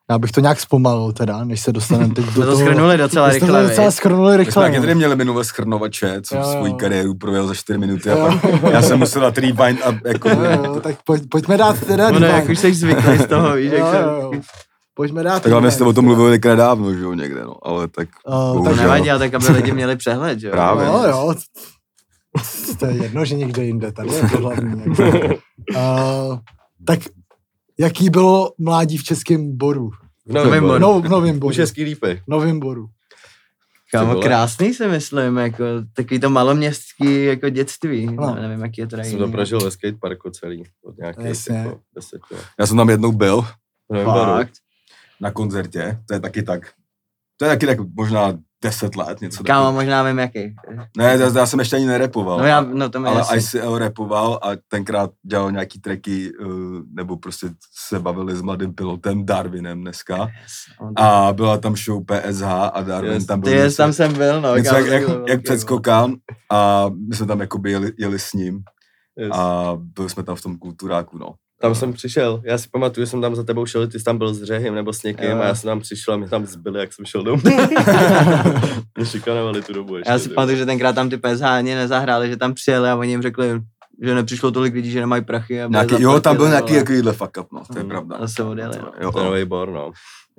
[SPEAKER 2] Já bych to nějak zpomalil teda, než se dostaneme [LAUGHS] teď do
[SPEAKER 4] Jsme
[SPEAKER 2] toho.
[SPEAKER 4] to schrnuli docela
[SPEAKER 2] My jsme to
[SPEAKER 4] rychle,
[SPEAKER 2] docela
[SPEAKER 4] docela...
[SPEAKER 2] schrnuli
[SPEAKER 1] My jsme
[SPEAKER 2] rychle. no.
[SPEAKER 1] taky tady měli minule schrnovače, co
[SPEAKER 2] Jo, jo.
[SPEAKER 1] svoji kariéru projel za 4 minuty a
[SPEAKER 2] Jo.
[SPEAKER 1] pak jako- [LAUGHS] já jsem musel dát rewind a jako...
[SPEAKER 2] [LAUGHS] Jo, jo, tak pojď, pojďme dát teda
[SPEAKER 4] Ono,
[SPEAKER 2] dva.
[SPEAKER 4] jak už jsi zvyklý z toho, víš, jak
[SPEAKER 2] Jo,
[SPEAKER 4] se...
[SPEAKER 2] jo, jo. Pojďme dát
[SPEAKER 1] Tak hlavně
[SPEAKER 2] dva.
[SPEAKER 1] jste o tom mluvili někde dávno, že jo, někde, no. Ale tak
[SPEAKER 2] Uh,
[SPEAKER 4] To
[SPEAKER 1] Bohužel.
[SPEAKER 2] tak,
[SPEAKER 4] nevadí, ale tak aby lidi měli přehled, že jo.
[SPEAKER 1] Právě.
[SPEAKER 2] jo, No, jo. To je jedno, že někde jinde, tady je to hlavní. Jako.
[SPEAKER 1] [LAUGHS]
[SPEAKER 2] Uh, tak jaký bylo mládí v českém boru?
[SPEAKER 3] V
[SPEAKER 4] Novém Boru.
[SPEAKER 2] No, v novém boru.
[SPEAKER 3] Už je skýlípy.
[SPEAKER 2] novém boru.
[SPEAKER 3] Ty
[SPEAKER 4] Kámo,
[SPEAKER 3] vole.
[SPEAKER 4] krásný si myslím, jako takový to maloměstský jako dětství.
[SPEAKER 2] No.
[SPEAKER 4] No. Nevím, jaký je to
[SPEAKER 3] Já
[SPEAKER 4] tady.
[SPEAKER 3] jsem to prožil ve skateparku celý, od nějakých
[SPEAKER 2] Jasně.
[SPEAKER 3] jako deseti let.
[SPEAKER 1] já jsem tam jednou byl
[SPEAKER 3] V Novém Boru.
[SPEAKER 4] Fakt.
[SPEAKER 1] na koncertě, to je taky tak. To je taky tak možná 10 let, něco
[SPEAKER 4] Kámo, možná vím jaký.
[SPEAKER 1] Ne, já, já jsem ještě ani nerepoval.
[SPEAKER 4] No já, no to mi
[SPEAKER 1] Ale
[SPEAKER 4] jasný.
[SPEAKER 1] ICL repoval a tenkrát dělal nějaký tracky, eh, nebo prostě se bavili s mladým pilotem Darwinem dneska. A byla tam show PSH a Darwin
[SPEAKER 3] Yes,
[SPEAKER 1] tam byl.
[SPEAKER 4] Ty je,
[SPEAKER 1] něco-
[SPEAKER 4] tam jsem byl, no.
[SPEAKER 1] něco
[SPEAKER 4] kámo,
[SPEAKER 1] jak, jak,
[SPEAKER 4] to bylo
[SPEAKER 1] jak
[SPEAKER 4] velký, vole. [LAUGHS]
[SPEAKER 1] předskokan a my jsme tam jako jeli, jeli s ním
[SPEAKER 3] Yes. A
[SPEAKER 1] a byli jsme tam v tom kulturáku, no.
[SPEAKER 3] tam jsem přišel, já si pamatuju, že jsem tam za tebou šel, ty jsi tam byl s Řehym nebo s někým
[SPEAKER 4] Jo.
[SPEAKER 3] a já jsem tam přišel a mě tam zbyli, jak jsem šel
[SPEAKER 4] [LAUGHS]
[SPEAKER 3] domů. mě šikanovali tu dobu ještě.
[SPEAKER 4] Já si
[SPEAKER 3] ty
[SPEAKER 4] pamatuju, že tenkrát tam ty PSH ani nezahráli, že tam přijeli a oni jim řekli, že nepřišlo tolik lidí, že nemají prachy. A bude
[SPEAKER 1] Nějaký, jo, tam byl
[SPEAKER 4] zaplatili,
[SPEAKER 1] nějaký
[SPEAKER 4] vole.
[SPEAKER 1] takovýhle fuck up, no, to je
[SPEAKER 3] Mm,
[SPEAKER 1] pravda.
[SPEAKER 4] A se odjeli. no.
[SPEAKER 1] Jo,
[SPEAKER 3] vole. To je
[SPEAKER 1] jo.
[SPEAKER 3] nový bor, no.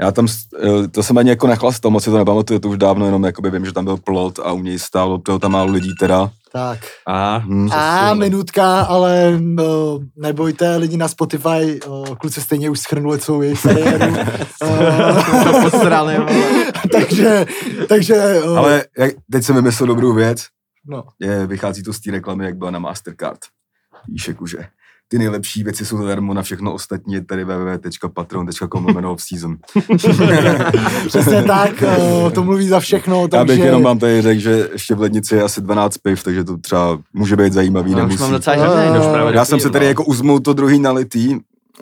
[SPEAKER 1] Já tam, s- eh, to jsem ani jako nechlastal, moc si to nepamatuju, to už dávno, jenom jakoby vím, že tam byl plot a u něj stálo, bylo tam málo lidí teda.
[SPEAKER 2] Tak.
[SPEAKER 3] A
[SPEAKER 1] Hm.
[SPEAKER 2] A
[SPEAKER 4] no.
[SPEAKER 3] Přesun.
[SPEAKER 2] minutka, ale uh, nebojte, lidi na Spotify,
[SPEAKER 1] [LAUGHS]
[SPEAKER 2] uh, kluci stejně už schrnuli celou jejich kariéru.
[SPEAKER 4] To posrali, vole.
[SPEAKER 2] [LAUGHS] takže, takže... eh,
[SPEAKER 1] Ale jak, teď jsem vymyslel dobrou věc.
[SPEAKER 2] No.
[SPEAKER 1] Je, Eh, vychází to z té reklamy, jak byla na Mastercard. Víš, jako, že ty nejlepší věci jsou zadarmo na všechno ostatní je tady www.patreon.com jméno season.
[SPEAKER 2] [LAUGHS] Přesně tak, eh, to mluví za všechno,
[SPEAKER 1] Já bych
[SPEAKER 2] takže...
[SPEAKER 1] jenom vám tady řekl, že ještě v lednici je asi 12 piv, takže to třeba může být zajímavý.
[SPEAKER 4] Já už
[SPEAKER 1] nemusí.
[SPEAKER 4] mám docela žádný,
[SPEAKER 2] Já
[SPEAKER 4] už právě
[SPEAKER 1] Já jsem se
[SPEAKER 4] dopiju,
[SPEAKER 1] tady
[SPEAKER 4] no.
[SPEAKER 1] jako uzmul to druhý nalitý,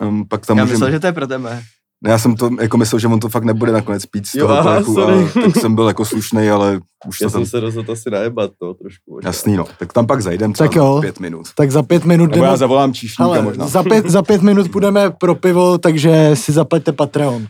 [SPEAKER 1] um, pak tam
[SPEAKER 4] Já
[SPEAKER 1] můžem...
[SPEAKER 4] myslel, že to je pro tebe.
[SPEAKER 1] Ne, Já jsem to jako myslel, že on to fakt nebude nakonec pít z
[SPEAKER 3] Jo,
[SPEAKER 1] toho
[SPEAKER 3] aha,
[SPEAKER 1] plechu,
[SPEAKER 3] sorry.
[SPEAKER 1] ale tak jsem byl jako slušnej, ale už
[SPEAKER 3] Já
[SPEAKER 1] to tam...
[SPEAKER 3] jsem se rozhodl asi najebat, no, trošku. možná.
[SPEAKER 1] Jasný, no. Tak tam pak zajdem třeba
[SPEAKER 2] Tak
[SPEAKER 1] za
[SPEAKER 2] jo.
[SPEAKER 1] pět minut.
[SPEAKER 2] Tak za pět minut
[SPEAKER 1] Nebo
[SPEAKER 2] jdeme...
[SPEAKER 1] já zavolám číšníka
[SPEAKER 2] Ale
[SPEAKER 1] možná.
[SPEAKER 2] za pět, za pět minut půjdeme pro pivo, takže si zaplete Patreon.